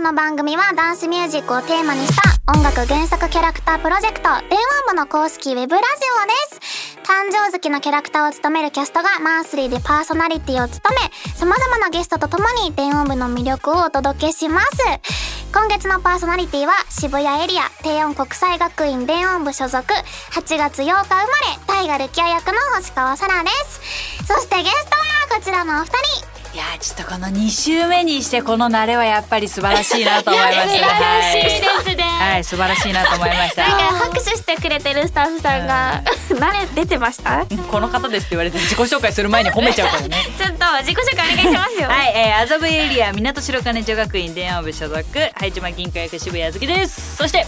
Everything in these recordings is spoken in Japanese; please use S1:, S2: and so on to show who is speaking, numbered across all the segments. S1: の番組はダンスミュージックをテーマにした音楽原作キャラクタープロジェクト電話部の公式ウェブラジオです誕生月のキャラクターを務めるキャストがマンスリーでパーソナリティを務め様々なゲストと共に電音部の魅力をお届けします今月のパーソナリティは渋谷エリア低音国際学院電音部所属8月8日生まれ大河ルキア役の星川さらですそしてゲストはこちらのお二人
S2: いやーちょっとこの2週目にしてこの慣れはやっぱり素晴らしいなと思いました
S1: 素晴らしいですね
S2: はい、はい素晴らしいなと思いまし
S1: なんか
S2: た
S1: 拍手してくれてるスタッフさんが慣れ出てましたちょっ
S2: この方ですって言われて自己紹介する前に褒めちゃうからね
S1: と自己紹介お願いしますよ
S2: はい、えー、麻布エリア港白金女学院電話部所属はいちま銀行役渋谷月ですそして
S3: は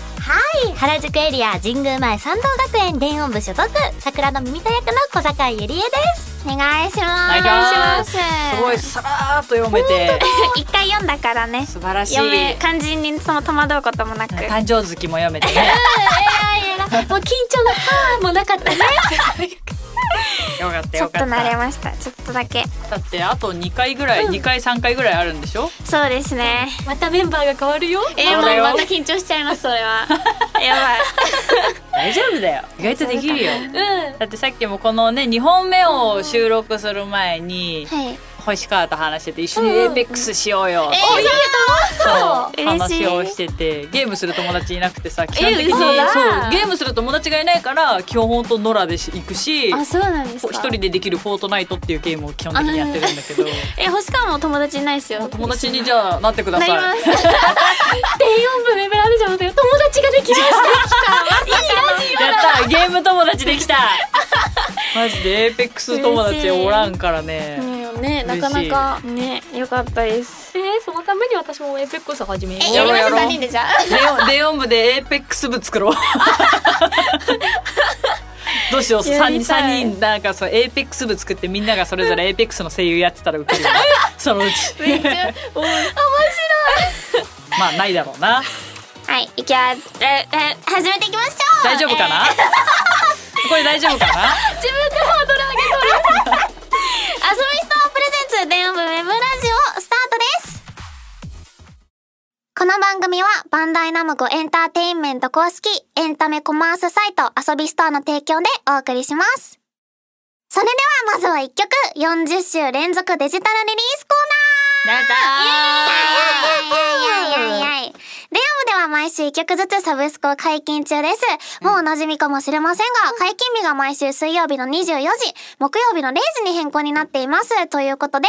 S3: い原宿エリア神宮前三道学園電音部所属桜の耳田役の小坂井ゆりえです
S1: お願いします
S2: お願いしますすごいさらーっと読めて
S1: 一回読んだからね
S2: 素晴らしい
S1: 読め漢字にその戸惑うことも なく
S2: 誕生月も読めてね
S3: もう緊張のパーもなかったね
S2: よかった
S1: ちょ
S2: よ
S1: っと
S2: かった
S1: 慣れましたちょっとだけ
S2: だってあと2回ぐらい、2回3回ぐらいあるんでしょ
S1: そうですね
S3: またメンバーが変わるよ
S1: えー、
S2: そう
S1: も
S2: だ
S1: う
S2: よ
S1: また緊張しちゃいますそれは やばい
S2: 大丈夫だよ意外とできるよ
S3: うん
S2: だってさっきもこのね2本目を収録する前に
S1: はい
S2: 星川と話してて一緒にエーペックスしようよって
S1: え
S2: そう
S1: 嬉しい
S2: 話をしててゲームする友達いなくてさ基本的に
S1: 嘘
S2: そう
S1: だ
S2: ゲームする友達がいないから基本ほんと野良で行くし
S1: あそうなんです
S2: 一
S1: か
S2: 人でできる「フォートナイト」っていうゲームを基本的にやってるんだけ ど
S1: え星川も友達いないですよ
S2: 友達にじゃあなってくだ
S1: な
S2: さい
S1: りま。す
S3: 電音部メンバーでじゃなくて友達ができました
S2: やったゲーム友達でき たマジでエーペックス友達おらんからね。
S1: うんねなかなかね良かったです
S3: えー、そのために私もエペックス始めよ
S1: え
S2: や
S1: やり
S2: ろ
S1: ましょう
S2: うやろう
S1: 三人でじゃあ
S2: デヨデヨン部でエーペックス部 作ろう。どうしよう
S1: や
S2: 三
S1: り
S2: 人
S1: た
S2: 三
S1: い
S2: 人なんかそうエーペックス部作ってみんながそれぞれエーペックスの声優やってたらウケるよねそのうち
S1: めっちゃ面
S2: まあないだろうな
S1: 白いはいいきゃええ始めていきましょう
S2: 大丈夫かな、これ大丈夫かな
S1: 自分でハードル上げとる遊びストアプレゼンツ電音部ウェブラジオスタートですこの番組はバンダイナムコエンターテインメント公式エンタメコマースサイト遊びストアの提供でお送りしますそれではまずは1曲40週連続デジタルリリースコーナー
S2: なんか
S1: いやいやいやいやいやいやレオムでは毎週1曲ずつサブスクを解禁中です。もうお馴染みかもしれませんが、解禁日が毎週水曜日の24時、木曜日の0時に変更になっています。ということで、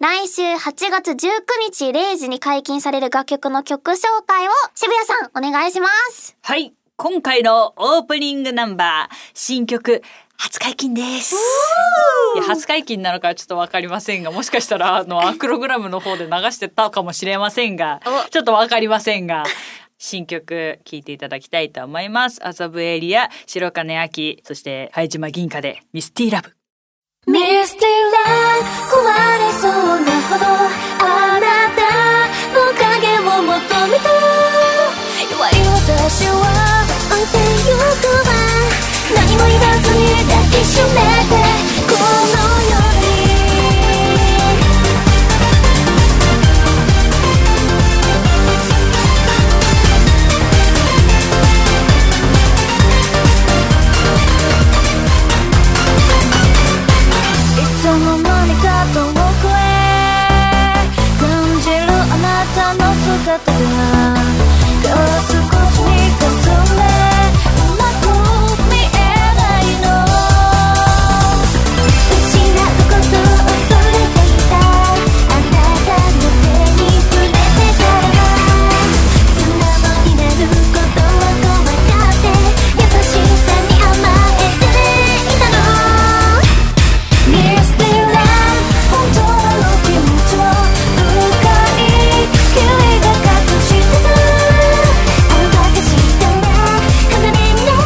S1: 来週8月19日0時に解禁される楽曲の曲紹介を渋谷さんお願いします。
S2: はい今回のオープニングナンバー新曲初解禁ですいや初解禁なのかはちょっとわかりませんがもしかしたらあ のアクログラムの方で流してたかもしれませんがちょっとわかりませんが新曲聴いていただきたいと思います麻布エリア白金秋そして拝島銀貨でミスティラブ
S3: ミスティラ壊れそうなほどあなたの影を求めた弱い私は置いてゆくわ何も言わずに抱きしめてこの夜にいつの間にか遠くへ感じるあなたの姿がガラス越しにかすれうまく見えないの失うことを恐れていたあなたの手に手を取り戻せたら素直になることは怖がって優しさに甘えていたのミスティラ本当の気持ちをうっかり君が隠してたあんたが知ったら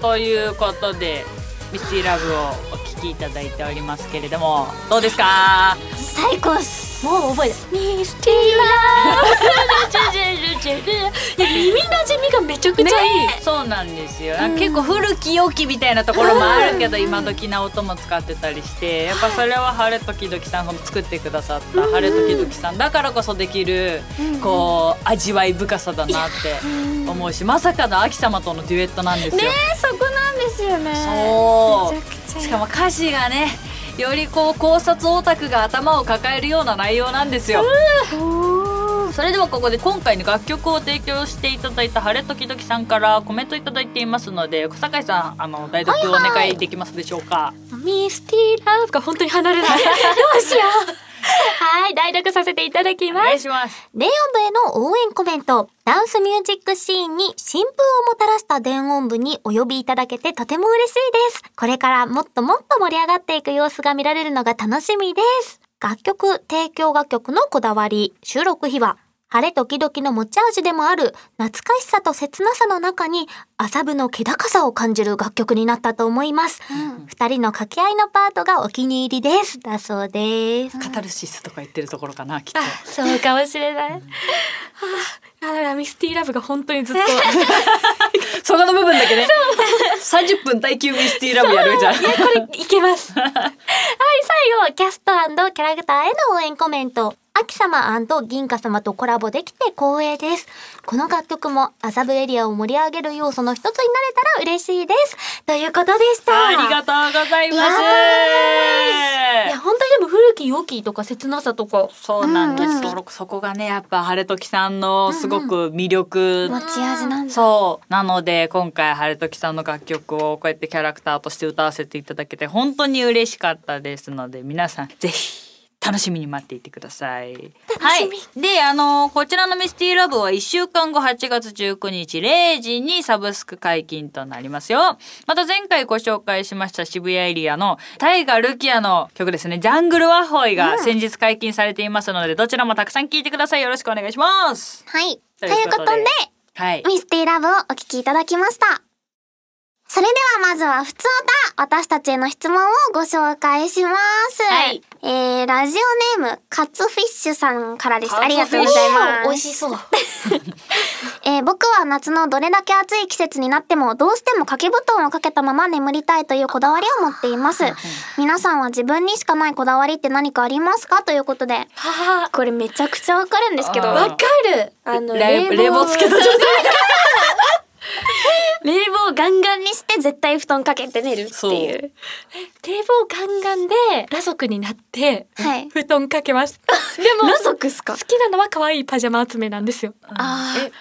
S2: ということでミスティラブをお聞きいただいておりますけれどもどうですか
S1: 最高っす
S3: もう覚えたミスティラー耳なじみがめちゃくちゃいい、
S2: そうなんですよ、
S1: ん
S2: 結構古き良きみたいなところもあるけど、今時な音も使ってたりしてやっぱそれは晴れ時々さんが作ってくださった晴れ時々さんだからこそできる、こう味わい深さだなって思うしまさかの秋様とのデュエットなんですよ。
S1: えそこなんですよね
S2: そう
S1: めちゃくちゃいい
S2: しかも歌詞がねよりこう考察オタクが頭を抱えるような内容なんですよ。それではここで今回の楽曲を提供していただいた晴れ時々さんからコメントいただいていますので酒井さんあの代読をお願いできますでしょうか。
S3: ミスティラーが本当に離れないどうしようはい代読させていただき
S2: お
S3: ま
S2: 願い
S3: す
S2: します。
S1: 電音部への応援コメント、ダンスミュージックシーンに新風をもたらした電音部にお呼びいただけてとても嬉しいです。これからもっともっと盛り上がっていく様子が見られるのが楽しみです。楽曲、提供楽曲のこだわり、収録秘話、晴れ時々の持ち味でもある懐かしさと切なさの中に麻布の気高さを感じる楽曲になったと思います。二、人の掛け合いのパートがお気に入りです。だそうです。
S2: カタルシスとか言ってるところかなきっと。
S3: そうかもしれない、はあ、だからミスティラブが本当にずっと
S2: そこの部分だけね。三十分耐久ミスティラブやるじゃん。
S3: これいけます
S1: はい、最後、キャストキャラクターへの応援コメント。秋様銀貨様とコラボできて光栄です。この楽曲も麻布エリアを盛り上げる要素の一つになれたら嬉しいです。ということでした。
S2: ありがとうございま
S3: い
S2: す
S3: や。本当にでも古き良きとか切なさとか
S2: そうなんです、
S1: うんうん
S2: そこそこがねやっぱ晴れ時さんのすごく魅力、
S1: ち味なん。
S2: そうなので今回晴れ時さんの楽曲をこうやってキャラクターとして歌わせていただけて本当に嬉しかったですので皆さんぜひ楽しみに待っていてください。はい。で、あのこちらのミスティラブは1週間後8月19日0時にサブスク解禁となりますよ。また前回ご紹介しました渋谷エリアのタイガ・ルキアの曲ですね、ジャングル・ワッホイが先日解禁されていますので、どちらもたくさん聴いてください。よろしくお願いします。
S1: はい。
S2: と
S1: と
S2: い
S1: いうう
S2: こ
S1: こと
S2: で
S1: と
S2: はい。
S1: で、ミステイラブをお聴きいただきました。それではまずは普通歌、私たちへの質問をご紹介します。
S2: はい。
S1: えー、ラジオネーム、カツフィッシュさんからです。
S2: カツフ
S1: あ
S2: ィッ
S1: りが
S2: シュ
S1: とうございます。
S3: 美味しそう
S1: えー僕は夏のどれだけ暑い季節になってもどうしても掛け布団をかけたまま眠りたいというこだわりを持っています。皆さんは自分にしかないこだわりって何かありますかということで。
S3: は
S1: これめちゃくちゃわかるんですけど。
S2: あ
S3: あ
S2: ー
S3: わかるあの
S2: 冷冷房つけた
S3: そう
S2: 状態
S1: 冷房ガンガンにして絶対布団かけて寝るって
S2: そう
S1: いう。
S3: 冷房ガンガンで裸族になって
S1: はい。
S3: 布団かけますでも
S1: 裸族っすか
S3: 好きなのは可愛いパジャマ集めなんですよ
S1: あー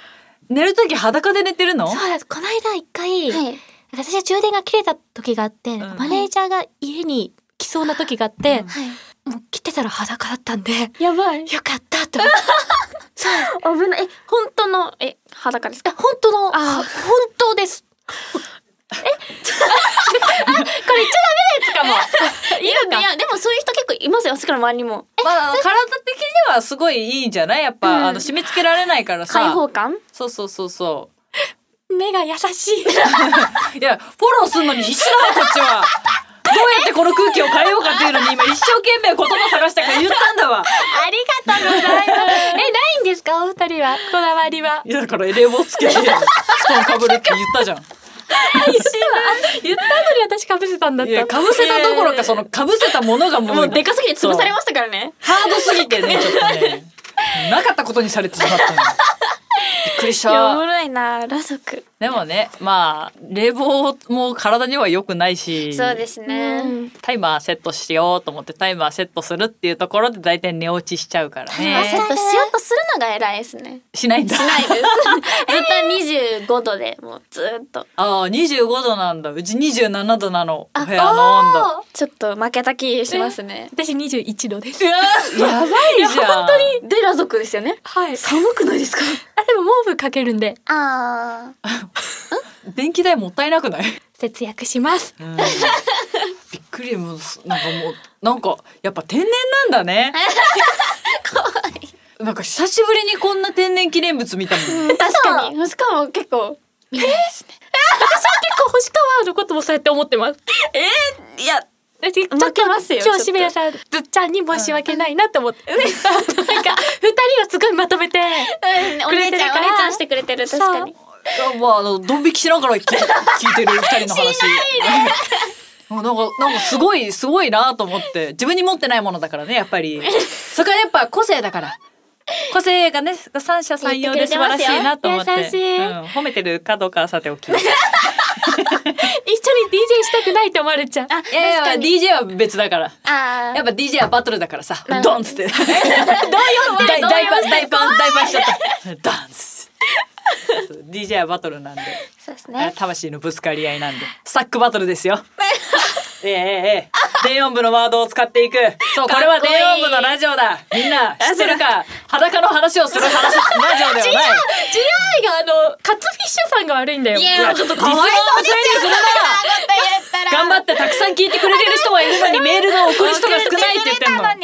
S2: 寝るとき裸で寝てるの
S3: そうなんですこの間一回、
S1: はい。
S3: 私は充電が切れた時があって、
S2: ん
S3: マネージャーが家に来そうな時があって、もう来てたら裸だったんで
S1: やばい。
S3: よかったと 思って
S1: 危ない。え、本当の、え、裸ですか
S3: 本当の本当です
S1: これ言っち ゃダメなやつ かも。いるかいや、でもそういう人結構いますよ、私からの周りにも。
S2: まあ、体的にはすごいいいんじゃないやっぱ、
S1: うん
S2: あの締め付けられないからさ
S1: 開放感
S2: そうそうそう そ
S3: 目が優しい
S2: ういやフォローするのに必死だなこっちは どうやってこの空気を変えようかっていうのに今一生懸命言葉探したから言ったんだ わ
S1: ありがとうございます。
S3: えないんですかお二人はこだわり はい
S2: やだから冷房つけ て布団かぶるって言ったじゃん
S3: 言った後に私かぶせたんだっ
S2: いや
S3: た
S2: かぶせたどころかそのかぶせたものがもう
S1: もうでかすぎて潰されましたからね。
S2: ハードすぎてねちょっと ねなかったことにされてしまったのびっくりし
S1: いや
S2: た
S1: おもろいな、裸族。
S2: でもねまあ冷房も体には良くないし
S1: そうですね。
S3: うん
S2: タイマーセットしようと思ってタイマーセットするっていうところで大体寝落ちしちゃうから
S1: まあセ
S2: ね
S1: ットしようとするのが偉いですね。
S2: しないんだ
S1: ないです。ずっと25度でもうずっと。
S2: ああ25度なんだうち27度なのお部屋の温度
S1: ちょっと負けた気しますね。
S3: 私21度です
S2: やばいじゃん
S1: で、裸族ですよね。
S3: はい
S1: 寒くないですか
S3: あでも毛布かけるんで
S1: ああ。
S2: 電気代もったいなくない、
S3: 節約しま す
S2: びっくりもうすなんかもうなんかやっぱ天然なんだ ねなんか久しぶりにこんな天然記念物見たもん
S1: 確かに。しかも結構。
S4: 構星川のこともそうやって思ってます。
S2: えー、いや
S4: 私ちょっ
S2: 負けます
S4: と
S2: よ
S4: 超渋谷さんずっちゃんに申し訳ないなと思って、なんか二人がすごいまとめて
S1: お姉ちゃんお姉ちゃんしてくれてる確かに
S2: あ まああのドン引きしながら聞い聞いてる二人の話。もうなんかなんかすごいすごいなと思って自分に持ってないものだからねやっぱりそこはやっぱ個性だから個性がね三者三様で素晴らしいなと思って
S4: 言ってくれてますよ
S2: うん、褒めてるかどうかはさてお きい
S4: 一緒に DJ したくないと思われちゃう。
S2: やいや DJ は別だから
S1: あ
S2: やっぱ DJ はバトルだからさ
S1: なるほど
S2: ドンっつって どういう大大パン大パン大パンしちゃったダンス DJ はバトルなんで
S1: そうですね
S2: 魂のぶつかり合いなんでスタックバトルです よええええ電音部のワードを使っていくそうこれは電音部のラジオだみんな知ってるか裸の話をする話ラジオではない
S4: GI があのカツフィッシュさんが悪いんだよ。
S2: うわちょっとかわいそうにするな頑張ってたくさん聞いてくれてる人はいるのにメールが送る人が少ないって言ってんの
S4: あ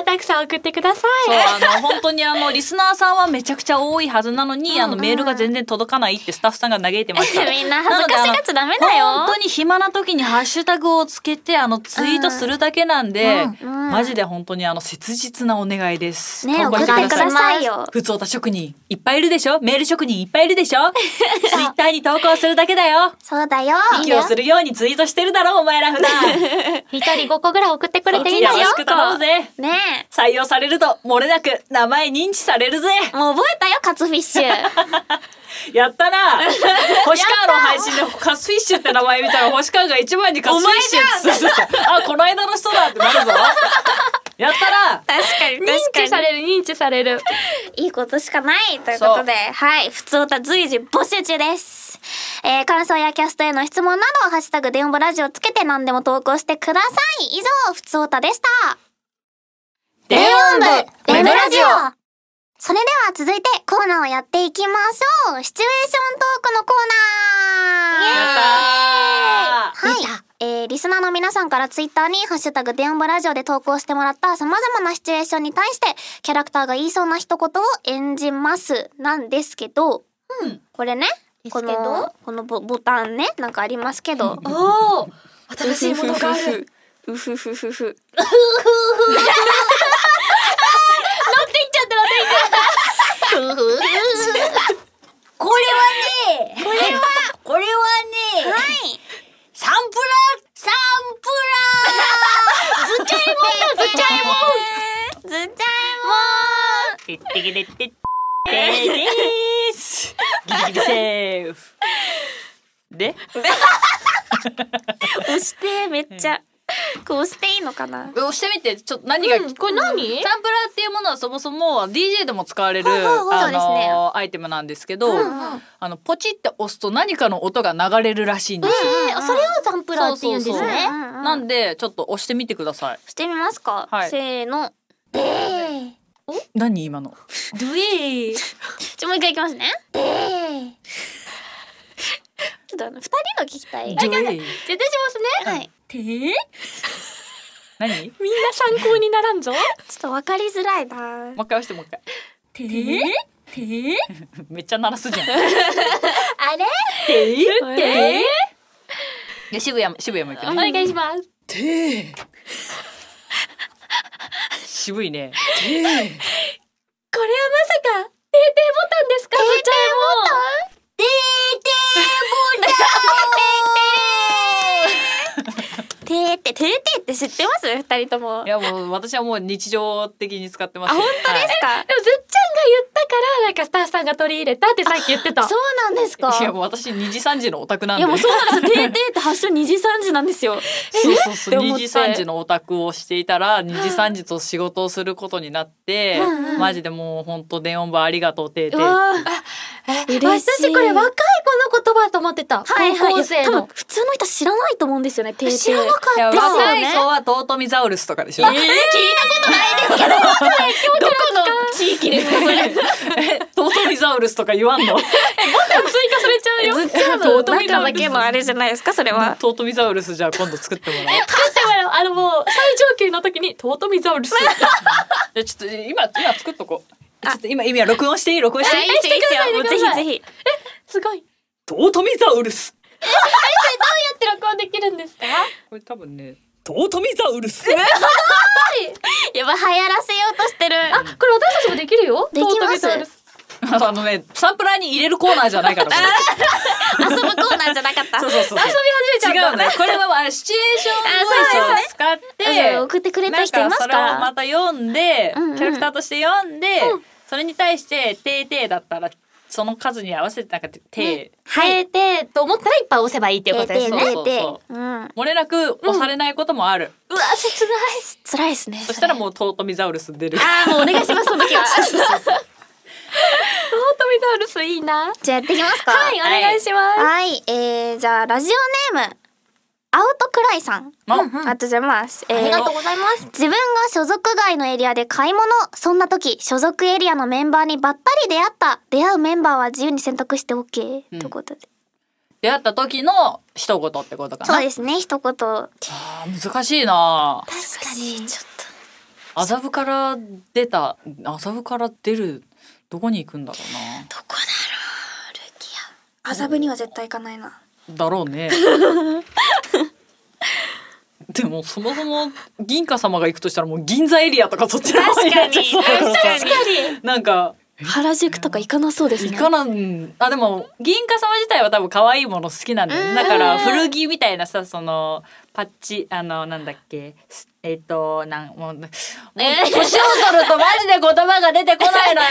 S4: ーたくさん送ってくださ
S2: そう
S4: い。
S2: あの本当にあのリスナーさんはめちゃくちゃ多いはずなのに、あのメールが全然届かないってスタッフさんが嘆いてました。
S1: みんな恥ずかしがっちゃダメだよ
S2: なのであの本当に暇な時にハッシュタグをつけてあのツイートするだけなんで、
S1: うんうん
S2: マジで本当にあの切実なお願いです。
S1: ね
S2: 投稿して
S1: 送ってくださいよ
S2: 普通歌職人いっぱいいる でしょ。メール職人いっぱいいるでしょ。ツイッターに投稿するだけだよ。
S1: そうだよ
S2: 息をするようにツイートしてるだろお前 ら普段。
S4: 一人五個ぐらい送ってくれていいん
S2: よ
S4: だ
S2: ろ
S4: よ。
S2: しく頼むぜ。
S1: ね
S2: 採用されると漏れなく名前認知されるぜ
S1: えもう覚えたよカツフィッシ ュ
S2: やったな星川の配信でカスフィッシュって名前見たら星川が一番にカスフィッシュって言ってたあこの間の人だってなるぞやった
S1: 確かに
S4: 認知される認知される。
S1: いいことしかないということで、はい、普通歌随時募集中です。えー、感想やキャストへの質問など、ハッシュタグ電話ラジオつけて何でも投稿してください。以上、普通歌でした。
S2: 電音部ウェブラジオ
S1: それでは続いてコーナーをやっていきましょうシチュエーショントークのコーナー
S2: やっ
S1: はいえー、リスナーの皆さんからツイッターに「ハッシュタグ電音部ラジオ」で投稿してもらった様々なシチュエーションに対してキャラクターが言いそうな一言を演じますなんですけど、
S2: うん
S1: これね
S4: です
S1: こ
S4: けど
S1: のこのボボタンねなんかありますけど
S4: おお新しいものがある。
S1: うふふふふ
S5: これはね、これは、これはね、
S1: はい
S5: サンプラー、サンプ
S1: ずちゃいもんずちゃいもん
S2: てってけれってってですギリギリセーフで
S1: 押してめっちゃこう押していいのかな
S2: 押してみてちょっと何が、これ
S4: 何
S2: サンプラーっていうものはそもそも DJ でも使われる、
S1: はいはいはい
S2: あ
S1: そうですね
S2: のアイテムなんですけど、あのポチって押すと何かの音が流れるらしいんですよ。
S4: えーそれをサンプラーって言うんです
S2: そうそう
S4: ね
S2: そ。なんでちょっと押してみてください。
S1: してみますか、
S2: はい
S1: せーの
S2: 何今の？
S4: ドゥエー。
S1: じゃあもう一回いきますね ちょっとあの二人が聞きたい
S2: ジョイ
S4: 絶対しますね。
S1: はい
S2: 何？も
S4: みんな参考にならんぞ。
S1: ちょっとわかりづらいな
S2: う一回押してもう一回。
S4: てー
S2: めっちゃ鳴らすじゃん。
S1: あれ
S2: てい
S4: てー。
S2: で渋谷も渋谷も行く
S4: お
S2: ね。
S4: 願いします。
S2: 渋いね。
S4: これはまさか、定定ボタンですか、そちゃんも。
S1: てーっててーてーって知ってます二人とも
S2: いやもう私はもう日常的に使ってます。
S1: あ本当ですか、
S4: でもずっちゃんが言ったから、なんかスタッフさんが取り入れたってさっき言ってた。
S1: そうなんですか
S2: いやもう私二時三時のオタクなん
S1: い
S2: で。
S1: やもうそうなんですよ。てーてーって発祥二時三時なん ですよ。
S2: そうそうそう
S1: えって思っ
S2: 2時
S1: て
S2: 3時のオタクをしていたら2時3時と仕事をすることになって、マジでもう本当電音部ありがとうてーてー
S4: わ
S1: 嬉
S4: 私これ若い子の言葉と思ってた。
S1: はいはい。
S4: 高校生
S1: 多分
S4: の。
S1: 普通の人知らないと思うんですよね。てーてー知らなかっ
S2: いや
S1: ですよね
S2: 若い層はトートミザウルスとかでしょ、
S4: どこの地域ですかそれ。ボ
S2: えトートミザウルスとか言わんの
S4: タン追加されちゃうよ。 ずっちゃん
S1: た。
S4: の
S1: 中だけのあれじゃないですかそれは。
S2: トートミザウルスじゃあ今度作ってもらおう
S4: 作ってもらおうあのもう最上級の時にトートミザウ ルス。
S2: じゃあちょっと今今作っとこうちょっと今今録音していい録音していい
S1: いいですよいいですよ。もうぜひぜひ。
S4: すごい。
S2: トートミザウルス
S4: って録音できるんですか
S2: これ多分ねトートミザウルス
S1: やばい流行らせようとしてる
S4: あ、これ私たちもできるよ
S1: できます
S4: トートビタールス
S2: あのねサンプラーに入れるコーナーじゃないからこ
S1: 遊
S2: れ
S1: ぶコーナーじゃなかった
S2: そうそうそうそう
S4: 遊び始めちゃ
S2: 違
S4: っ
S2: う
S4: た
S2: ねこれはあれシチュエーションボイスを使って
S1: あそう送ってくれた人い
S2: なん
S1: ま
S2: か
S1: す
S2: それを
S1: から
S2: また読んで、
S1: うんうん
S2: キャラクターとして読んで、それに対して「てーてー」だったらその数に合わせてなんか「てー」
S4: はい。で、と思ったらいっぱい押せばいいっていうことです。
S2: ね
S1: ね
S2: そう
S1: で
S2: そう
S1: うん
S2: 漏れなく押されないこともある、
S4: うわ、切ない。
S1: 辛いですね
S2: そしたらもうトートミザウルス出る
S1: あーもうお願いしますその時は
S4: トートビタールスいいな。は
S1: じゃあやっていきますか
S4: い、お願いします。
S1: はい、えー、じゃあラジオネームアウトクライさん、
S2: あ
S1: ありがとうございます、えー
S5: ありがとうございます。
S1: 自分が所属外のエリアで買い物そんな時所属エリアのメンバーにばったり出会った出会うメンバーは自由に選択して OK、
S2: うん
S1: ということで
S2: 出会った時の一言ってことか
S1: そう
S2: な
S1: ですね一言確か
S2: あー難しいな
S1: にちょっと
S2: 麻布から出た麻布から出るどこに行くんだろ
S1: どこだろうルキア麻布には絶対行かないな
S2: うなだろうねでもそもそも銀貨様が行くとしたらもう銀座エリアとかそっちの方になっちゃいそうだからさなんか
S1: 原宿とか行かなそうです
S2: 行
S1: ね
S2: かなん、あでも銀貨様自体は多分可愛いもの好きなんだよねだから古着みたいなさそのパッチあのなんだっけすえっ、となんもうもう年を取るとマジで言葉が出てこないのよ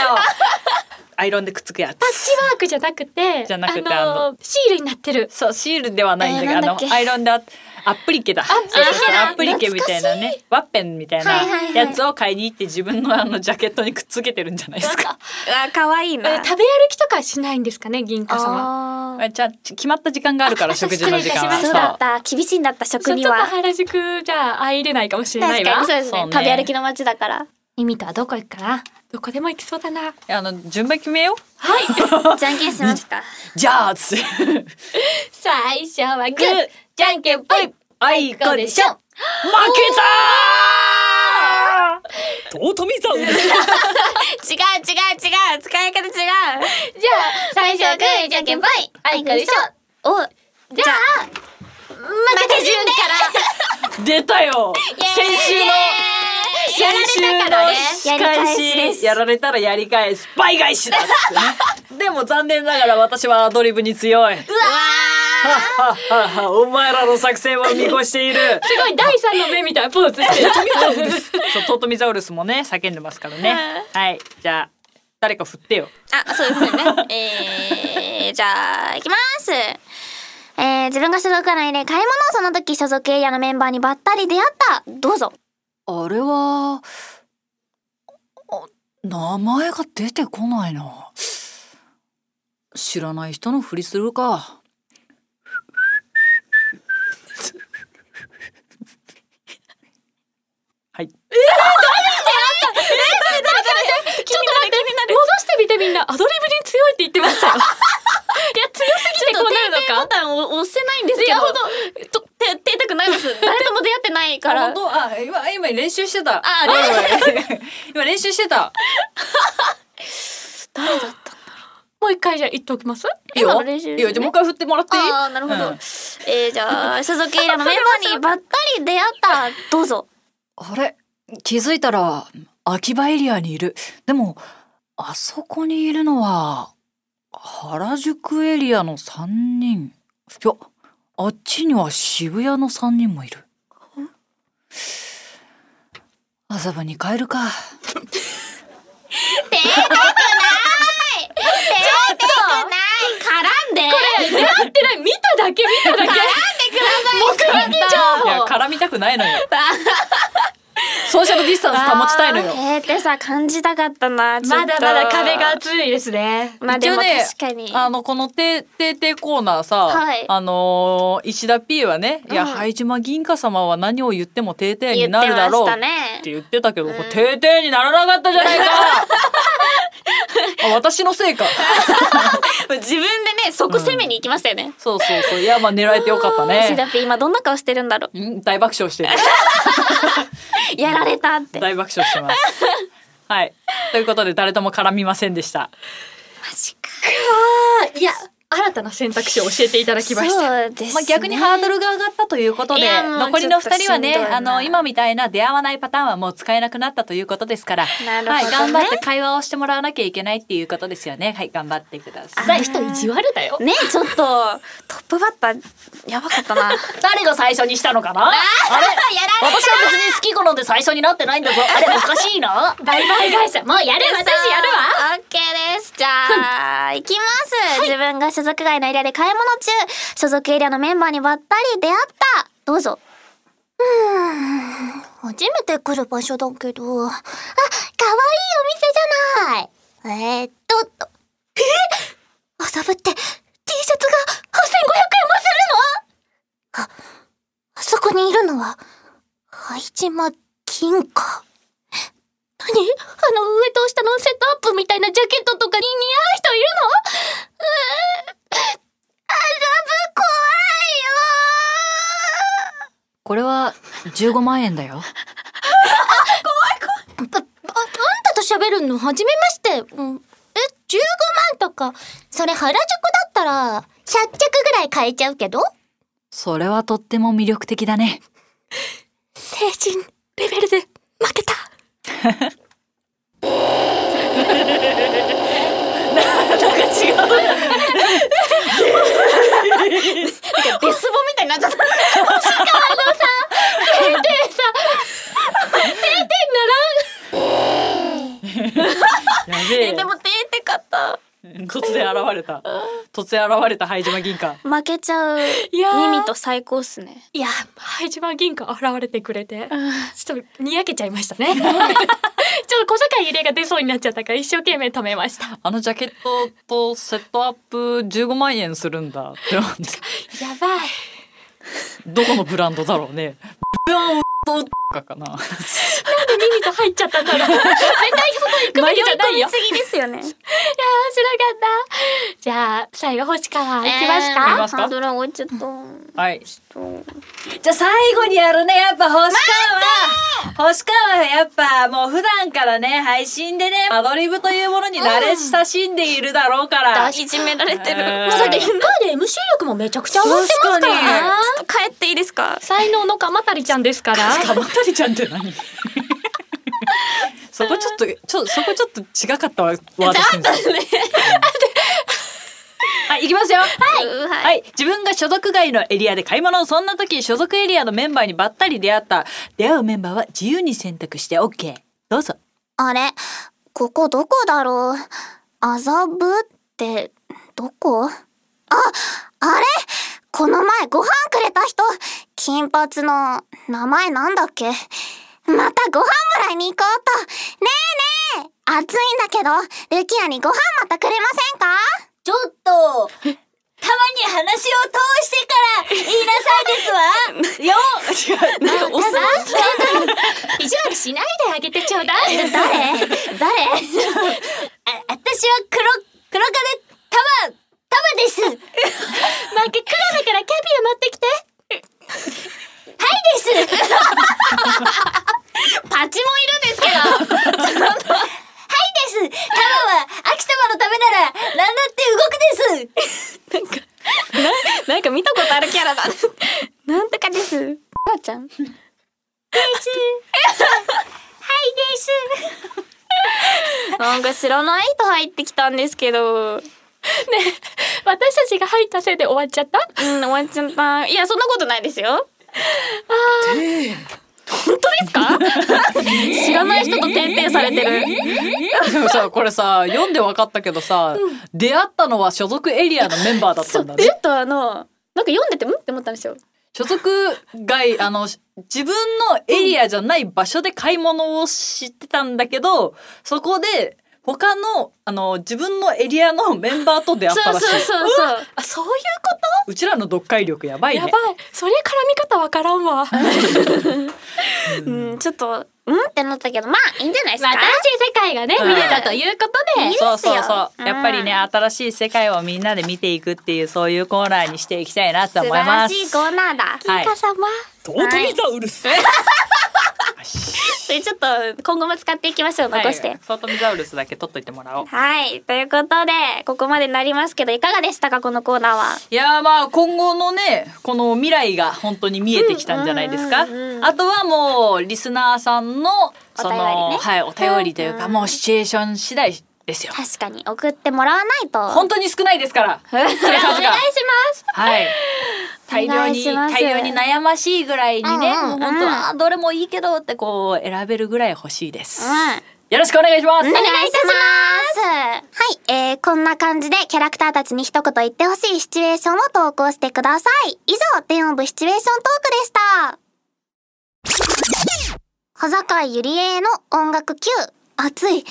S2: アイロンでくっつくやつ
S4: パッチワークじゃなくて、
S2: じゃなくてあ
S4: の、シールになってる。
S2: そうシールではないんだけど、
S1: えーなんだっけ
S2: あのアイロンであアップリケだア
S4: プリケだ
S2: アップリケみたいなねワッペンみたい
S1: はいはいはい
S2: なやつを買いに行って自分の あのジャケットにくっつけてるんじゃないですか
S1: あ可愛い
S4: え食べ歩きとかしないんですかね、銀貨
S1: あ
S4: 様。
S1: ー
S2: あじゃあち決まった時間があるから食事の時間は
S1: そうだった厳しいんだった
S4: そ
S1: 食
S4: う
S1: に
S4: ちょっと
S1: は
S4: 原宿じゃ入れないかもしれな
S1: 確
S4: い
S1: か
S4: わ
S1: にそう。ですね
S2: そうね
S1: 食べ歩きの街だから
S4: ミミとはどこ行くかなどこでも行きそうだな。
S2: そうあの順番決めよう
S1: じゃんけんしますか
S2: じゃあつ
S4: 最初はグ
S2: グー
S4: じゃんけんぽい
S2: あいこでしょ負けたートートミザウルス
S1: 違う違う違う使い方違う
S4: じゃあ、最初はグーじゃんけんぽいあいこでしょ
S1: お負
S4: じゃあ、
S1: けた順から
S2: 出たよ先週の先週の
S1: やり返し
S2: や
S1: です
S2: られたらやり返す倍返しだっ つってねでも残念ながら私はアドリブに強い お前らの作戦を見越している
S4: すごい第三の目みたいなポーズ してる。
S2: そうトートミザウルスもね叫んでますからねはいじゃあ誰か振ってよ
S1: あ、そうですよね。えー、じゃあ、いきます。えー、自分が所属内で買い物をその時所属エリアのメンバーにばったり出会った。どうぞ。
S2: あれは、あ名前が出てこないな。知らない人のふりするか。はい。
S4: ちょっと待って、戻してみてみんな。アドリブに強いって言ってま したよ。いや、強すぎてこうなるのか。
S1: タンを押せないんです
S4: いやほん
S1: と、手、手痛くないです。 誰とも出会ってないか
S2: 本当あ今今練習してた。
S1: あ
S2: 練習今練習してた。
S4: もう一回じゃあ言っておきます
S2: いいよ
S1: 今の練習ですね
S2: いいよじゃあもう一回振ってもらっていい？
S1: あー、なるほど。
S2: うん
S1: えー、じゃあ、所属エリアのメンバーに ばったり出会った。どうぞ。
S2: あれ気づいたら秋葉エリアにいるでもあそこにいるのは原宿エリアの3人いやあっちには渋谷の3人もいる麻布に帰るか
S1: 出てくない出てくない絡んで
S4: やってない。見ただけ、見ただけ。絡んでください。目撃情報。
S2: 絡みたくないのよ ソーシャルディスタンス保ちたいのよ
S1: えー、ってさ、感じたかったな。ちょっ
S4: ま
S1: と
S4: だまだ壁が厚いですね。
S1: まあでも確かに。
S2: あのこのて「てーてーコーナーさ、
S1: はい
S2: あのー石田 P はね「いや
S1: うん
S2: 拝島銀貨様は何を言ってもてーてーになるだろう」
S1: 言ってました
S2: っ
S1: ね
S2: て言ってたけど、これてーてーにならなかったじゃないか あ私のせいか
S1: 自分でねそこ攻めに行きましたよね、
S2: そうそうそういやまあ狙えてよかった
S1: 石田
S2: ね
S1: ピー今どんな顔してるんだろ
S2: うん大爆笑してる
S1: うやられたってマ
S2: 大爆笑してますはいということで誰とも絡みませんでした
S1: ジか
S4: いや、新たな選択肢を教えていただきました。
S5: そうですね。
S2: まあ、逆にハードルが上がったということ
S5: い
S2: で
S5: やもう
S2: 残りの2人はね
S5: ちょっとしんどいな
S2: あの今みたいな出会わないパターンはもう使えなくなったということですから、
S5: なるほど
S2: は
S5: ね
S2: い、頑張って会話をしてもらわなきゃいけないっていうことですよね。はい頑張ってください
S4: さあ人意地悪だよ。
S5: ねちょっとトップバッターやばかったな。
S2: 誰が最初にしたのかなあれ私は別に好き好んで最初になってないんだぞあれおかしいな
S4: 売買会社もうやる私やるわ。
S1: オッケーです。じゃあ、行きます、自分が所属外のエリアで買い物中、所属エリアのメンバーにばったり出会った。どうぞ。うーん、初めて来る場所だけど、あ、可愛いお店じゃない。えー、っと、とえ麻布って T シャツが8500円もするのあ、あそこにいるのは、灰島金か。
S4: 何あの上と下のセットアップみたいなジャケットとかに似合う人いる
S2: これは15万円だよ
S1: ああんたと喋るの初めまして。うん、え、15万とか。それ原宿だったら、100着ぐらい買えちゃうけど
S2: それはとっても魅力的だね
S4: の精神レベルで負けた。
S5: デスボみたいになっちゃった。
S2: やべえ
S5: でも出てかった。
S2: 突然現れた突然現れた灰島銀貨
S1: 負けちゃう。
S4: いやー
S5: ミミと最高っすね。
S4: いや灰島銀貨現れてくれてちょっとにやけちゃいました ね。ちょっ と小坂ゆりが出そうになっちゃったから一生懸命貯めました。や
S2: あのジャケットとセットアップ15万円するんだって思って
S4: ばい。
S2: どこのブランドだろうね。ブランドかかな。
S4: 耳が入っちゃったから。絶対そこ行くわけじゃないよ。
S5: 次ですよね。
S4: 面白かった。じゃあ、最後、星川、行きます
S2: 行き
S4: か、
S2: ますか
S1: ハードル上がっちゃった。
S2: はい。
S5: じゃあ最後にやるねやっぱ星
S2: 川星川はやっぱもう普段からね配信でねアドリブというものに慣れ親しんでいるだろうから。
S5: いじめられてる。
S2: えー
S5: まあだって
S4: 今まで MC 力もめちゃくちゃ上がってますから
S2: 確
S4: ね
S2: か。
S5: ちょっと帰っていいですか。
S4: 才能のかまたりちゃんですから。
S2: かまたりちゃんって何そこちょっとちょそこちょっと違かったわ私の はい行きますよはい、はい、自分が所属外のエリアで買い物そんな時所属エリアのメンバーにばったり出会った出会うメンバーは自由に選択して OK ど うぞ
S1: あれここどこだろう麻布って、どこあ、あれこの前ご飯くれた人金髪の、名前なんだっけまたご飯もらいに行こうと。ねえねえ暑いんだけど、ルキアにご飯またくれませんか
S5: ちょ っとたまに話を通してから言いなさいですわ。よ。
S4: おっさん意地悪しないであげてちょうだ い。
S1: 誰 誰
S5: あ私は黒黒金たまたまです。はい
S4: マイク、クラブからキャビア持ってきて。
S5: です。
S4: パチもいるんですけ ど。
S5: はいです。タマは秋様のためなら何だって動くです。
S4: なんか見たことあるキャ ラだ。
S5: なんとかです。母ちゃん。です。はいです。
S1: なんか知らない人入ってきたんですけど。うん、
S4: 私たちが入ったせいで終わっちゃった。
S1: 終わっちゃった。いや、そんなことないですよ。
S4: 知らない人と転々されてる。
S2: でもさこれさ読んで分かったけどさ、出会ったのは所属エリアのメンバーだったんだね
S5: ょっとあのなんか読んでてうんって思ったんですよ。
S2: 所属外あのし自分のエリアじゃない場所で買い物をしてたんだけどそこで他のあの自分のエリアのメンバーと出会ったらしい
S4: そうそう。あ、そういうこ
S2: うちらの読解力やば
S4: と
S2: い
S4: や
S2: ね
S4: ばい。そりゃ絡み方わからんわ。
S1: うん、ちょっと、うんってなったけど、まあ、いいんじゃないですか。
S4: 新しい世界がね、
S2: うん
S4: 見れたということで、
S2: そうそうそう、
S1: うん
S2: やっぱりね新しい世界をみんなで見ていくっていうそういうコーナーにしていきたいなと思い
S1: 素晴
S2: ま
S1: ら
S2: す
S1: しいコーナーだ。
S2: はい
S4: 皆様、
S2: トートミザウルス。
S1: それちょっと今後も使っていきましょう残して、
S2: はい、ソートミザウルスだけ取っといてもらおう。
S1: はい。ということで、ここまでになりますけど、いかがでしたかこのコーナーは。
S2: いやーまあ今後のねこの未来が本当に見えてきたんじゃないですか、
S1: うんうんうん
S2: あとはもうリスナーさんのその
S1: お便りね
S2: はい、お便りというか、
S1: うん
S2: もうシチュエーション次第ですよ
S1: 確かに、送ってもらわないと。
S2: 本当に少ないで すからそれ数
S1: お
S2: が
S1: 願いします。
S2: はい大量に
S1: お願いします
S2: 大量に悩ましいぐらいにね、
S1: うんうんうん
S2: もう本当はあーどれもいいけどってこう選べるぐらい欲しいです、
S1: うん。
S2: よろしくお願いします、
S1: お願いします。はい、えー、こんな感じでキャラクターたちに一言言ってほしいシチュエーションを投稿してください。以上、電音部シチュエーショントークでした。小坂井ゆりえの音楽 Q。熱い。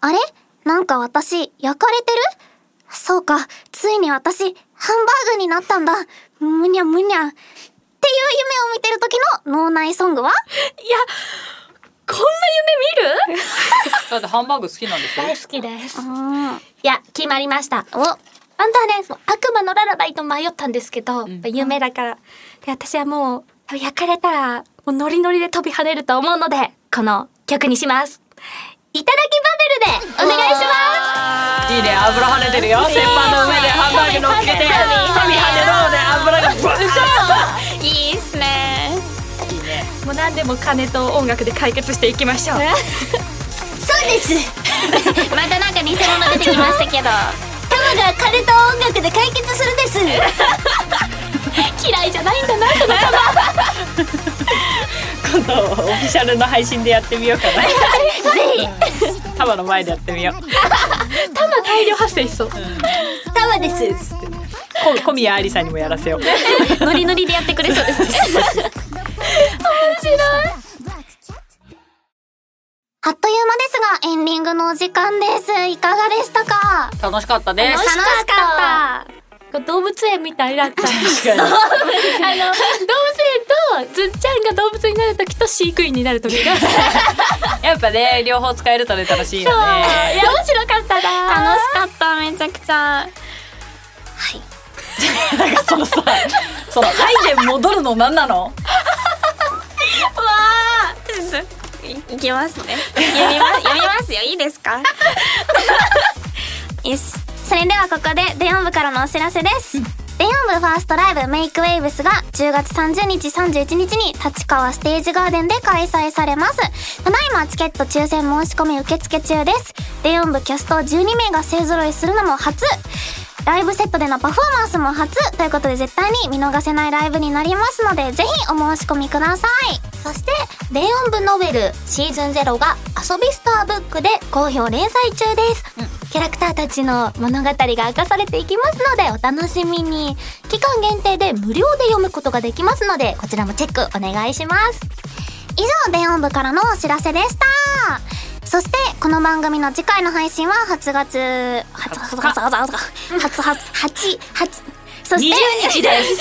S1: あれなんか私、焼かれてるそうか、ついに私、ハンバーグになったんだ。むにゃむにゃ。っていう夢を見てる時の脳内ソングは
S4: こんな夢見る
S2: だってハンバーグ好きなんですよ
S4: 大好きです
S1: う。ん。
S4: いや、決まりまし
S1: お、
S4: た。あんたはね、その悪魔のララバイと迷ったんですけど、
S2: ん
S4: やっぱ夢だから。で、私はもう、多分焼かれたら、もうノリノリで飛び跳ねると思うので、この曲にします。いただきバベルでお願いしま
S2: いいね油跳ねてるよ鉄板の上でハンバーグ乗っけて飛び跳ねろで油がバッシ
S1: いいっすね。
S2: ャーいいね
S4: すもう何でも金と音楽で解決していきましょう。
S5: そうです
S1: またなんか偽物出てきましたけど
S5: タマが金と音楽で解決するんです
S4: 嫌いじゃないんだな、その
S2: 今度オフィシャルの配信でやってみようかな
S1: ぜ
S2: タマの前でやってみよう
S4: 玉大量発生しそう。
S5: タマです
S2: こ小宮ありさんにもやらせよう
S1: ひノリノリでやってくれそうです面白いあっという間ですがエンディングのお時間ですいかがでしたか
S2: 楽しかったで
S1: 楽
S2: す
S1: しかった
S4: こう動物園みたいだった。 あ
S2: 確かに
S4: の、動物園と、ずっちゃんが動物になる時と飼育員になる時が。そう。い
S2: やっぱね両方使えるとね楽しいよね
S4: や、面白かったな。
S1: 楽しかっためちゃくちゃ
S2: なんかそのさそのはいで戻るのなんなの
S1: いいきますね読みます読みますよいいですかよしそれではここで電音部からのお知らせです、電音部ファーストライブメイクウェイブスが10月30日31日に立川ステージガーデンで開催されますただいまチケット抽選申し込み受付中です電音部キャスト12名が勢ぞろいするのも初ライブセットでのパフォーマンスも初ということで絶対に見逃せないライブになりますのでぜひお申し込みくださいそして「電音部ノベルシーズン0が遊びストアブックで好評連載中です、キャラクターたちの物語が明かされていきますのでお楽しみに期間限定で無料で読むことができますのでこちらもチェックお願いします以上電音部からのお知らせでしたそしてこの番組の次回の配信は8月8 8 8 8 8 8そして
S2: 20日です違う違う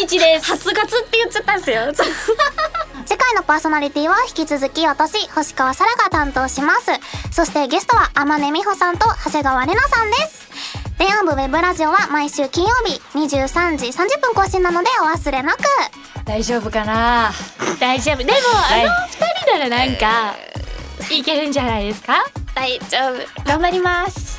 S2: 20日です
S1: 8月って言っちゃったんですよ次回のパーソナリティは引き続き私星川沙羅が担当しますそしてゲストは天音美穂さんと長谷川玲奈さんです電音部ウェブラジオは毎週金曜日23時30分更新なのでお忘れなく
S2: 大丈夫か な
S4: 大丈夫でもあの二人ならなんかいけるんじゃないですか
S1: 大丈夫頑張ります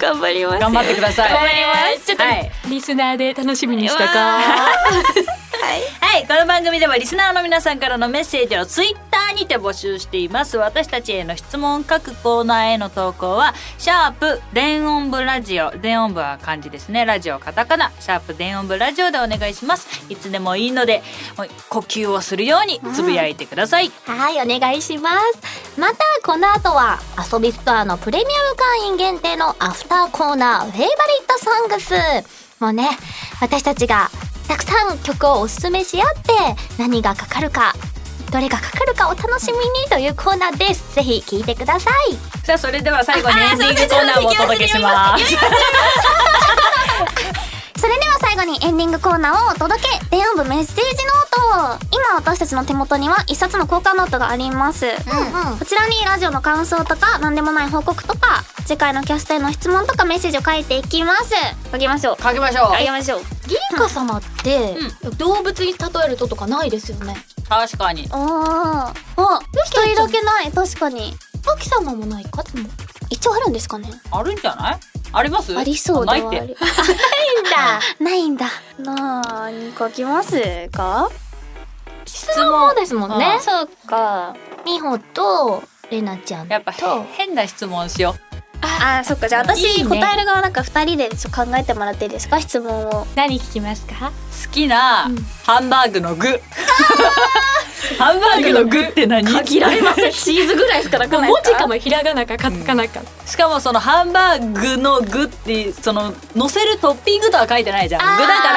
S4: 頑張ります
S2: 頑張ってください
S4: 頑張りますちょっと、
S2: はい
S4: リスナーで楽しみにしたか
S2: はい、この番組ではリスナーの皆さんからのメッセージをツイッターにて募集しています。私たちへの質問、各コーナーへの投稿は、シャープ、電音部ラジオ、電音部は漢字ですね、ラジオカタカナ、シャープ電音部ラジオでお願いします。いつでもいいので、もう呼吸をするようにつぶやいてください。
S1: はいお願いしますまたこの後は遊びストアのプレミアム会員限定のアフターコーナーフェイバリットソングスもうね私たちがたくさん曲をおすすめし合って何がかかるかどれがかかるかお楽しみにというコーナーですぜひ聞いてください
S2: さあ、それでは最後にエンディングコーナーをお届けします。
S1: それでは最後にエンディングコーナーをお届け電音部メッセージノー今私たちの手元には一冊の交換ノートがあります、こちらにラジオの感想とか何でもない報告とか次回のキャストへの質問とかメッセージを書いていきます書きましょう
S2: 書きましょう。
S1: 書きましょう
S5: ギリカ様って、動物に例えるととかないですよね
S2: 確かに。
S1: おーお一人だけない確かに
S5: パキ様もないかでも
S1: 一応あるんですかね
S2: あるんじゃない？あります？
S1: ありそうで
S2: ない
S1: は
S2: っ
S1: あ
S2: て。
S1: る ないんだなに書きますか
S2: 質
S4: そうですもんね。
S1: そうか
S4: 美穂とレナちゃんと
S2: やっぱ変な質問しよ
S1: あーそっかじゃあ私
S4: いいね
S1: 答える側なんか二人でちょっと考えてもらっていいですか質問を
S4: 何聞きますか？
S2: う。好きなハンバーグの具。ハンバーグの具って何？
S4: ません。チーズぐらいしかなく
S1: ないですか
S4: もひらがなかカタカナか。
S2: しかもそのハンバーグの具ってその乗せるトッピングとは書いてないじゃん。具だか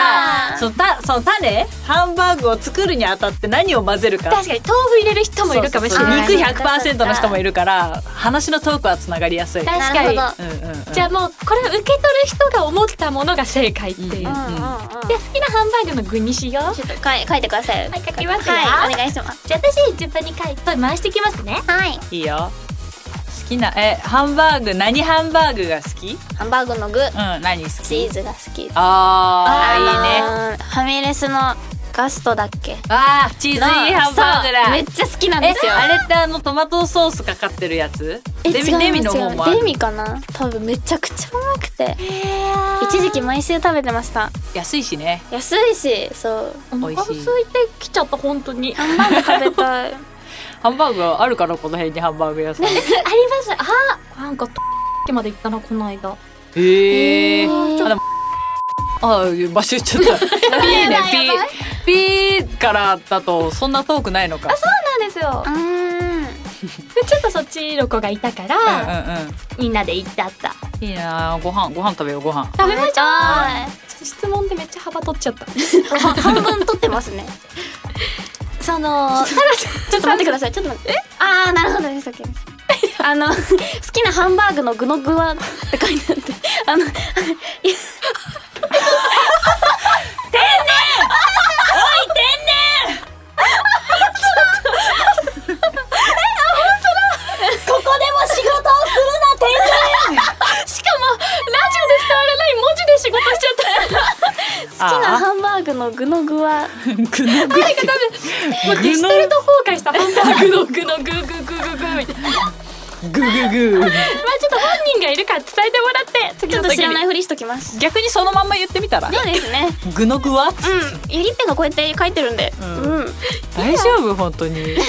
S2: らそのたその種ハンバーグを作るにあたって何を混ぜるか。
S4: 確かに豆腐入れる人もいるかもしれ
S1: そうそう
S4: な
S1: そ
S4: い。
S1: う
S2: 肉100%の人もいるから話のトークはつながりやすい。
S4: 確かに
S1: なる
S2: うんうんうん
S4: じゃあもうこれを受け取る人が思ったものが正解っていう。
S2: うん
S4: で
S2: うん
S4: 好
S1: ほどうんうんうん
S4: きなハンバーグの具にしよう。
S1: ちょっと書い書いてください
S4: はい書きますよ
S1: はいお願いします
S4: じゃあ私順番に書いて回してきますね。
S1: はい
S2: いいよ。好きなえハンバーグ何ハンバーグが好き？うん
S1: ハンバーグの具
S2: 何好き？
S1: チーズが好きです
S2: ああいい
S1: あのー
S2: ね。
S1: ファミレスのガストだっけ
S2: あーチーズ入りハンバーグ
S1: そう
S2: だ。
S1: めっちゃ好きなんですよ
S2: えあれってあのトマトソースかかってるやつ？
S1: え
S2: デ
S1: 違
S2: ミ
S1: う
S2: デミの
S1: 違
S2: 方
S1: う
S2: もある
S1: デ。ミかな多分めちゃくちゃうまくて一時期毎週食べてました
S2: 安いしね。
S1: 安いしそう
S2: 美味しい。
S4: いてきちゃった本当に。
S1: ハンバーグ食べ たい
S2: ハンバーグあるからこの辺にハンバーグ屋さん。
S4: あります。あ、なんかとまで行ったなこの間。
S2: へえ。
S1: ー
S2: あでもあー場所言っちゃった。いいねピーピーからだとそんな遠くないのか。
S4: そうなんですよ
S1: う。ーん
S4: でちょっとそっちの子がいたから、
S2: うんうんうん。
S4: みんなで行ったった。
S2: いいなあご飯ご飯食べようご飯。
S4: 食べましょ。
S1: はいう
S4: ちょっと質問でめっちゃ幅取っちゃった。
S1: 半分取ってますね
S4: そ の
S1: ちょっと待ってくださいちょっと待ってえああなるほどですオッケーですあの好きなハンバーグの具の具はって書いてあってあの
S5: ここでも仕事をするな天
S4: しかもラジオで伝わらない文字で仕事しちゃった。
S2: 好き
S1: 好きなハンバーグの具の具は
S2: グノグ
S4: もうデジタルと崩壊したハンバーグの具のグーグーグーグーグーみたいな。まあ
S2: グググ
S4: ちょっと本人がいるから伝えてもらって。次
S1: ちょ
S4: の
S1: っと
S4: 時
S1: 知ら
S4: に
S1: ないふりしときます
S2: 逆にそのまんま言ってみたら
S1: そうですね
S2: グノグは
S1: うんゆりっぺがこうやって書いてるんで
S2: うん
S1: うん
S2: 大丈夫本当に
S4: や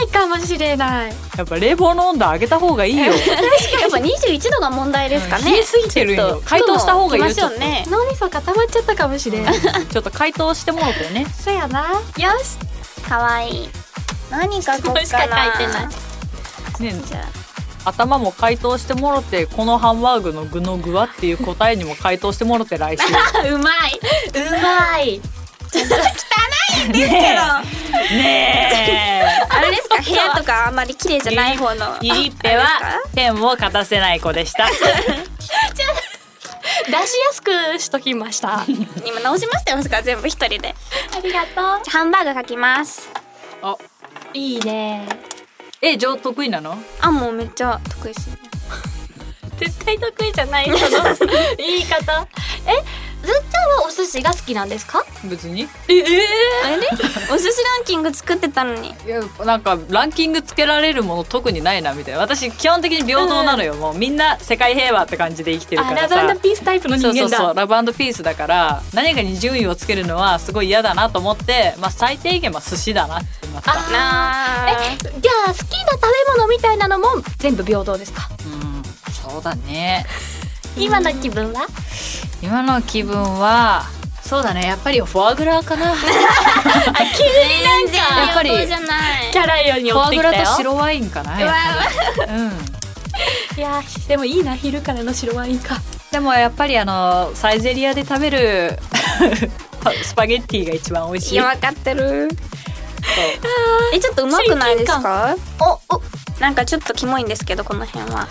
S4: ばいかもしれない。
S2: やっぱ冷房の温度上げた方がいい よ
S1: やっぱ二十一度が問題ですかね。
S2: 冷えすぎてるんよ解凍した方がいいよ
S1: ち
S2: ちょ
S1: ょ
S2: っ
S1: っと行きましょうね。
S4: 脳みそ固まっちゃったかもしれん。
S2: とちょっと解凍してもろてね
S4: そうやな。
S1: よし、可愛いい。何書こうかな。
S4: 質問しか書いてない
S2: ね
S1: じゃ
S2: 頭も解凍してもろてこのハンバーグの具の具はっていう答えにも解凍してもろて来週
S1: あ、うまい。
S4: うまい。
S2: ねえ ね
S1: あれですか、部屋とかあんまり綺麗じゃない方の。
S2: えゆりっぺはペンを片せない子で した
S4: 出しやすくしときました。あ
S1: 今直しましたよ、そっか、全部一人で。じゃ
S4: りがと
S1: あハンバーグ書きます。
S2: あ
S4: う。いいね。
S2: え上得意なの
S1: あ、もうめっちゃ得意ですね。
S4: 絶対得意じゃない この言い方。え、ずっちゃんはお寿司が好きなんですか？
S2: 別に
S4: ええ
S1: あれね、お寿司ランキング作ってたのに。
S2: いやなんかランキングつけられるもの特にないなみたいな私基本的に平等なのよ、もうみんな世界平和って感じで生きてる
S4: あ
S2: か
S4: ラ
S2: ら
S4: ブ
S2: さ
S4: ピースタイプの
S2: そ
S4: 人
S2: うそ
S4: 間
S2: う
S4: だ。
S2: そうラブピースだから何かに順位をつけるのはすごい嫌だなと思って、まあ、最低限は寿司だなってなった
S4: あ
S1: なあ。
S4: え、じゃあ好きな食べ物みたいなのも全部平等ですか？
S2: うんそうだね
S4: 今の気分は？
S2: 今の気分はそうだねやっぱりフォアグラ かな
S1: 全然
S2: やっ ぱり
S1: 平等じゃない。
S4: キャラよに
S2: フ
S4: 寄
S2: ォ
S4: っ
S2: ア
S4: て
S2: グ
S4: きた
S2: ラ
S4: よ。
S2: と白ワインかなやっぱり、うん、
S4: いやーでもいいな昼からの白ワインか。
S2: でもやっぱりあのサイゼリアで食べる スパゲッティが一番美味し
S1: い
S2: い
S1: や、分かってる。え、ちょっと上手くないですか。お、お、なんかちょっとキモいんですけど、この辺は。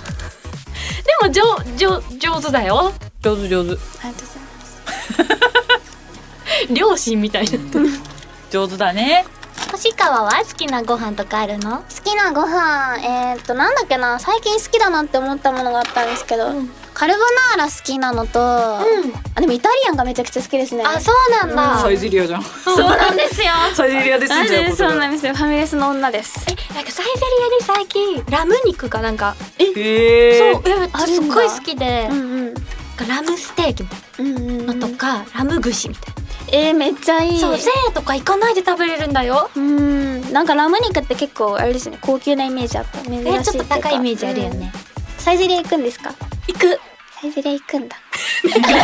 S4: でも上上上手だよ。
S2: 上手上手
S1: ありがとうございます。
S4: 両親みたいな。
S2: 上手だね
S1: 星川は好きなご飯とかあるの好きなご飯えー、っとなんだっけな最近好きだなって思ったものがあったんですけど、カルボナーラ好きなのと、あでもイタリアンがめちゃくちゃ好きですね
S4: あ、そうなんだ。
S2: サイゼリア じゃん
S4: そうなん ですよ。
S2: サイゼリアです
S1: なん
S2: みたいな
S1: で
S2: こと
S1: そう
S2: だ
S1: なんですよファミレスの女です
S4: え、なんかサイゼリアで最近ラム肉がなんか、
S2: へえ
S4: そう、いやすっごい好きで、
S1: うんうん
S4: ラムステーキの
S1: うんうんうん
S4: とか、ラム串みたいな。
S1: えー、めっちゃいい
S4: そう、せーとか行かないで食べれるんだよ。
S1: うんなんかラム肉って結構あれですね高級なイメージあった珍しいていう
S4: え、
S1: か
S4: ちょっと高いイメージあるよね。
S1: うんサイゼリア行くんですか
S4: 行く。
S1: サイゼリア行くんだ
S2: 何それ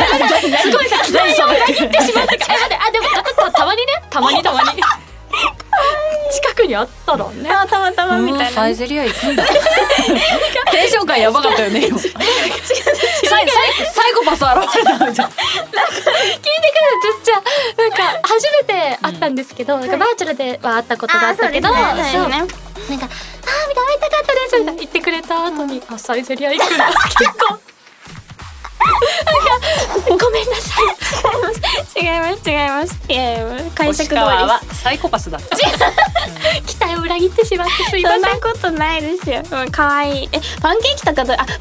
S4: あ、でも、たまにね、たまにたま に。近くにあったらね。
S1: たまたまみたいな
S2: サイゼリア行くんだテンション感やばかったよね今サイサイサイコパス現れたみたい
S4: 聞いてくれちゃあなんか初めて会ったんですけど、なんかバーチャルでは会ったことがあったけど、
S1: あーそうですね
S4: そう
S1: はい
S4: なんかあー食べたかったですみたいな言ってくれた後に、あサイゼリア行くんだ結 構。なんかごめんなさい。
S1: 違います違いますいやいや解釈
S2: な石
S1: 通りで
S2: 川はサイコパスだった
S4: 期待を裏切ってしまってすい
S1: す
S4: ま
S1: そん
S4: せん。
S1: なことないですようん可愛いえパンケーキとかどうあパンケ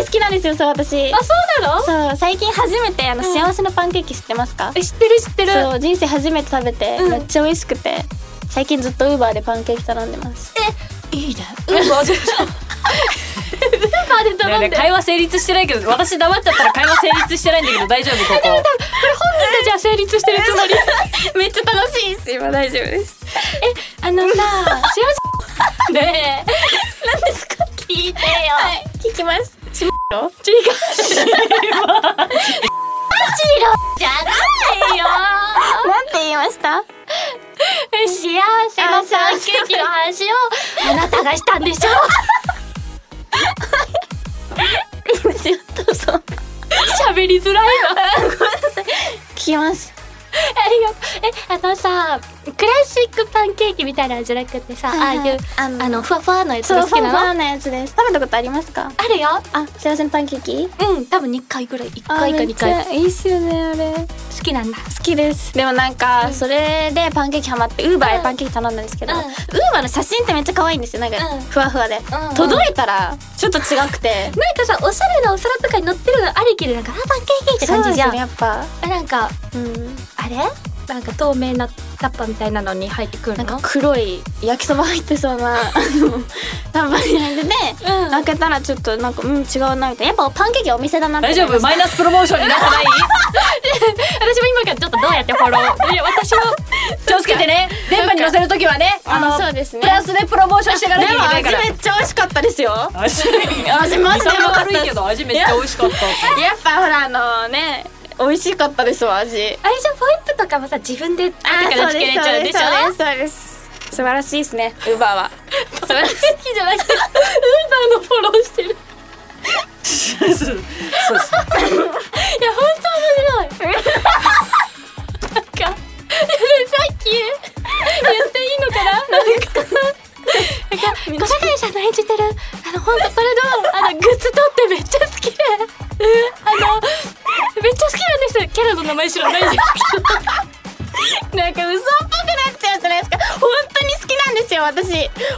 S1: ーキ好きなんですよそう私
S4: あそうなの？
S1: そう最近初めてあの、幸せのパンケーキ知ってますか
S4: え知ってる知ってる。
S1: そう人生初めて食べて、
S4: うん
S1: めっちゃ美味しくて最近ずっとウーバーでパンケーキ頼んでます
S4: いいね。うんバーで。で頼んで。
S2: ね会話成立してないけど私黙っちゃったら会話成立してないんだけど大丈夫ここ
S4: じゃあ成立してるつもり。
S1: めっちゃ楽しいです今大丈夫です
S4: あのさ、幸せ。ねえ。何ですか聞いてよ。
S1: はい聞きます
S4: 違う。
S1: なんて言いました
S4: 幸せのパンケーキの話をあなたがしたんでしょ喋りづらいわあ
S1: 聞きます
S4: りがとうえあのさクラシックパンケーキみたいなのじゃなくてさ、
S1: はいはい
S4: ああいう
S1: あ
S4: あ
S1: の
S4: のふわふわのやつ
S1: そう
S4: が
S1: フ
S4: 好
S1: ァ
S4: き
S1: ンフ
S4: なの
S1: ァンのやつです食べたことありますか
S4: あるよ
S1: あ幸せのパンケーキ
S4: うん多分2回ぐらい1回か2
S1: め
S4: 回
S1: っちゃいいっすよねあれ
S4: 好きなんだ
S1: 好きですでもなんかそれでパンケーキハマってウーバーでパンケーキ頼んだんですけどウ
S4: うん
S1: ーバーの写真ってめっちゃ可愛いんですよなんか
S4: うん
S1: ふわふわで
S4: んうん
S1: 届いたらちょっと違くて
S4: なんかさおしゃれなお皿とかに乗ってるのありきでなんかあパンケーキって感じじゃ、
S1: そうんですねやっぱ
S4: えなんか
S1: うん
S4: あれなんか透明なタッパーみたいなのに入ってくる
S1: なんか
S4: の
S1: 黒い焼きそば入ってそう なあのタンパに入ってて
S4: うん
S1: 開けたらちょっとなんかうん違うなみたいなやっぱパンケーキはお店だなって
S2: 大
S1: 思いま
S2: 丈夫
S1: した
S2: マイナスプロモーションになってない
S4: 私も今からちょっとどうやってフォローいや私も
S2: 気をつけてね電波に乗せるときはねあ
S1: あ
S2: の
S1: のそうですね
S2: プラスでプロモーションしていかなきゃいけないから
S1: っちゃ美味しかったですよやっ
S2: 味
S1: 味マジで
S2: 見た目
S1: わかった
S2: 悪いけど味めっちゃ美味しかった
S1: ぱほらあのね美味しかったですわ味
S4: あれじゃホイップとかもさ自分で後からつけれちゃうでしょ
S1: そうですそうです素晴らしいですねウーバー は
S4: 好きじゃな くてウーバーのフォローしてるい
S2: そうそうですね
S4: や本当面白いなんかさっき言っていいのかななんかなんか小坂井さんの演じてるあの本当これのあのグッズとってめっちゃ好きであのめっちゃ好きなんですキャラの名前知らないですけどなんか嘘
S1: っぽくなっちゃうじゃないですか本当に好きなんですよ私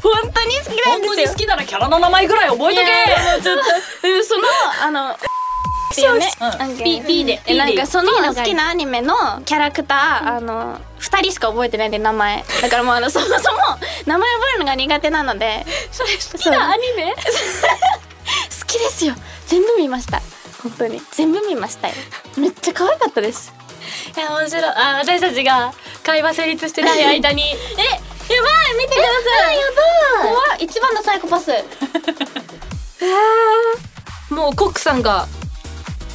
S1: 本当に好きなん
S2: 本
S1: で
S2: 当
S1: す
S2: に
S1: よ
S2: 好きならキャラの名前ぐらい覚えと
S1: いやいやもう
S2: け
S1: ちょっとうんそのあのっていうね
S2: うん
S1: うん
S4: B- B で
S1: えなんかその
S4: B の
S1: 好きなアニメのキャラクター、あの二人しか覚えてないんで名前だからもうあ のそもそも名前覚えるのが苦手なので
S4: それ好きなアニメ
S1: 好きですよ全部見ました本当に全部見ましたよめっちゃ可愛かったです
S4: いや面白いあ私たちが会話成立してない間 にえやばい見てください
S1: 怖い一番のサイコパ ス
S4: もうコックさんが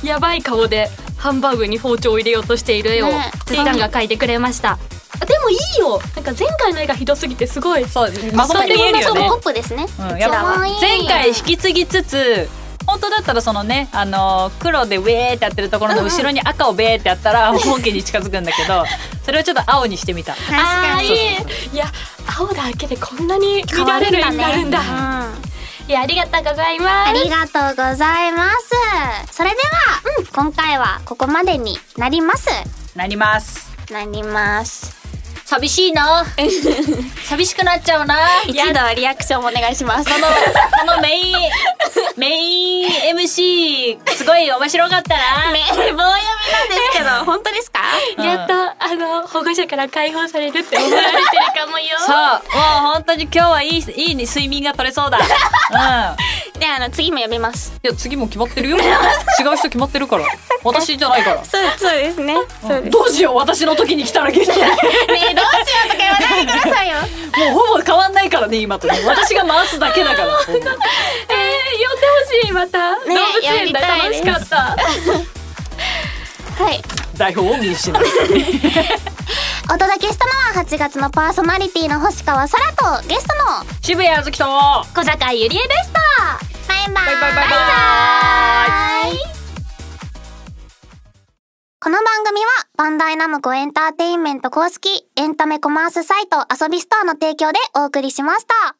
S4: やばい顔でハンバーグに包丁を入れようとしている絵を
S1: ね
S4: ツイタンが描いてくれましたあでもいいよなんか前回の絵がひどすぎてすごい
S2: そうですまとめて言えるよね
S1: ップですね
S2: うんやっぱ前回引き継ぎつつ本当だったらそのねあの黒でウェーってやってるところの後ろに赤をベーってやったら本家に近づくんだけどそれをちょっと青にしてみた。
S1: 確かに
S4: あーいいいや青だけでこんなに見られるようになるんだ
S1: うん
S4: いやありがとうございま
S1: あ
S4: す
S1: りがとうございます。それでは、うん、今回はここまでになります。
S2: なります。
S1: なります。
S5: 寂しいな寂しくなっちゃうな
S4: 一度リアクションお願いします。
S5: このこのメ インメイン MC すごい面白かったな
S1: 棒読みなんですけど、本当ですか
S4: やっとあの保護者から解放されるって思われてるかもよ。
S2: そうもう本当に今日はいいいいに睡眠が取れそうだうん
S1: で、あの、次も呼びます。
S2: いや次も決まってるよ違う人決まってるから私じゃないか ら
S1: そう、そうですね。そうです。
S2: どうしよう私の時に来たらゲストに
S1: ねえ、どうしようとか言わないでくださいよ。
S2: もうほぼ変わんないからね今とね私が回すだけだから
S4: えー、呼んでほしいまた、動物園だ
S1: や
S4: 楽
S1: り
S4: した
S1: い
S4: かった。
S1: はい。
S2: 台本を見失 う
S1: お届けしたのは8月のパーソナリティの星川さらとゲストの
S2: 渋谷あずきと
S1: 小坂ゆりえでしたバイバイ
S2: バイバイバイバ
S1: バイバイこの番組はバンダイナムコエンターテインメント公式エンタメコマースサイト遊びストアの提供でお送りしました。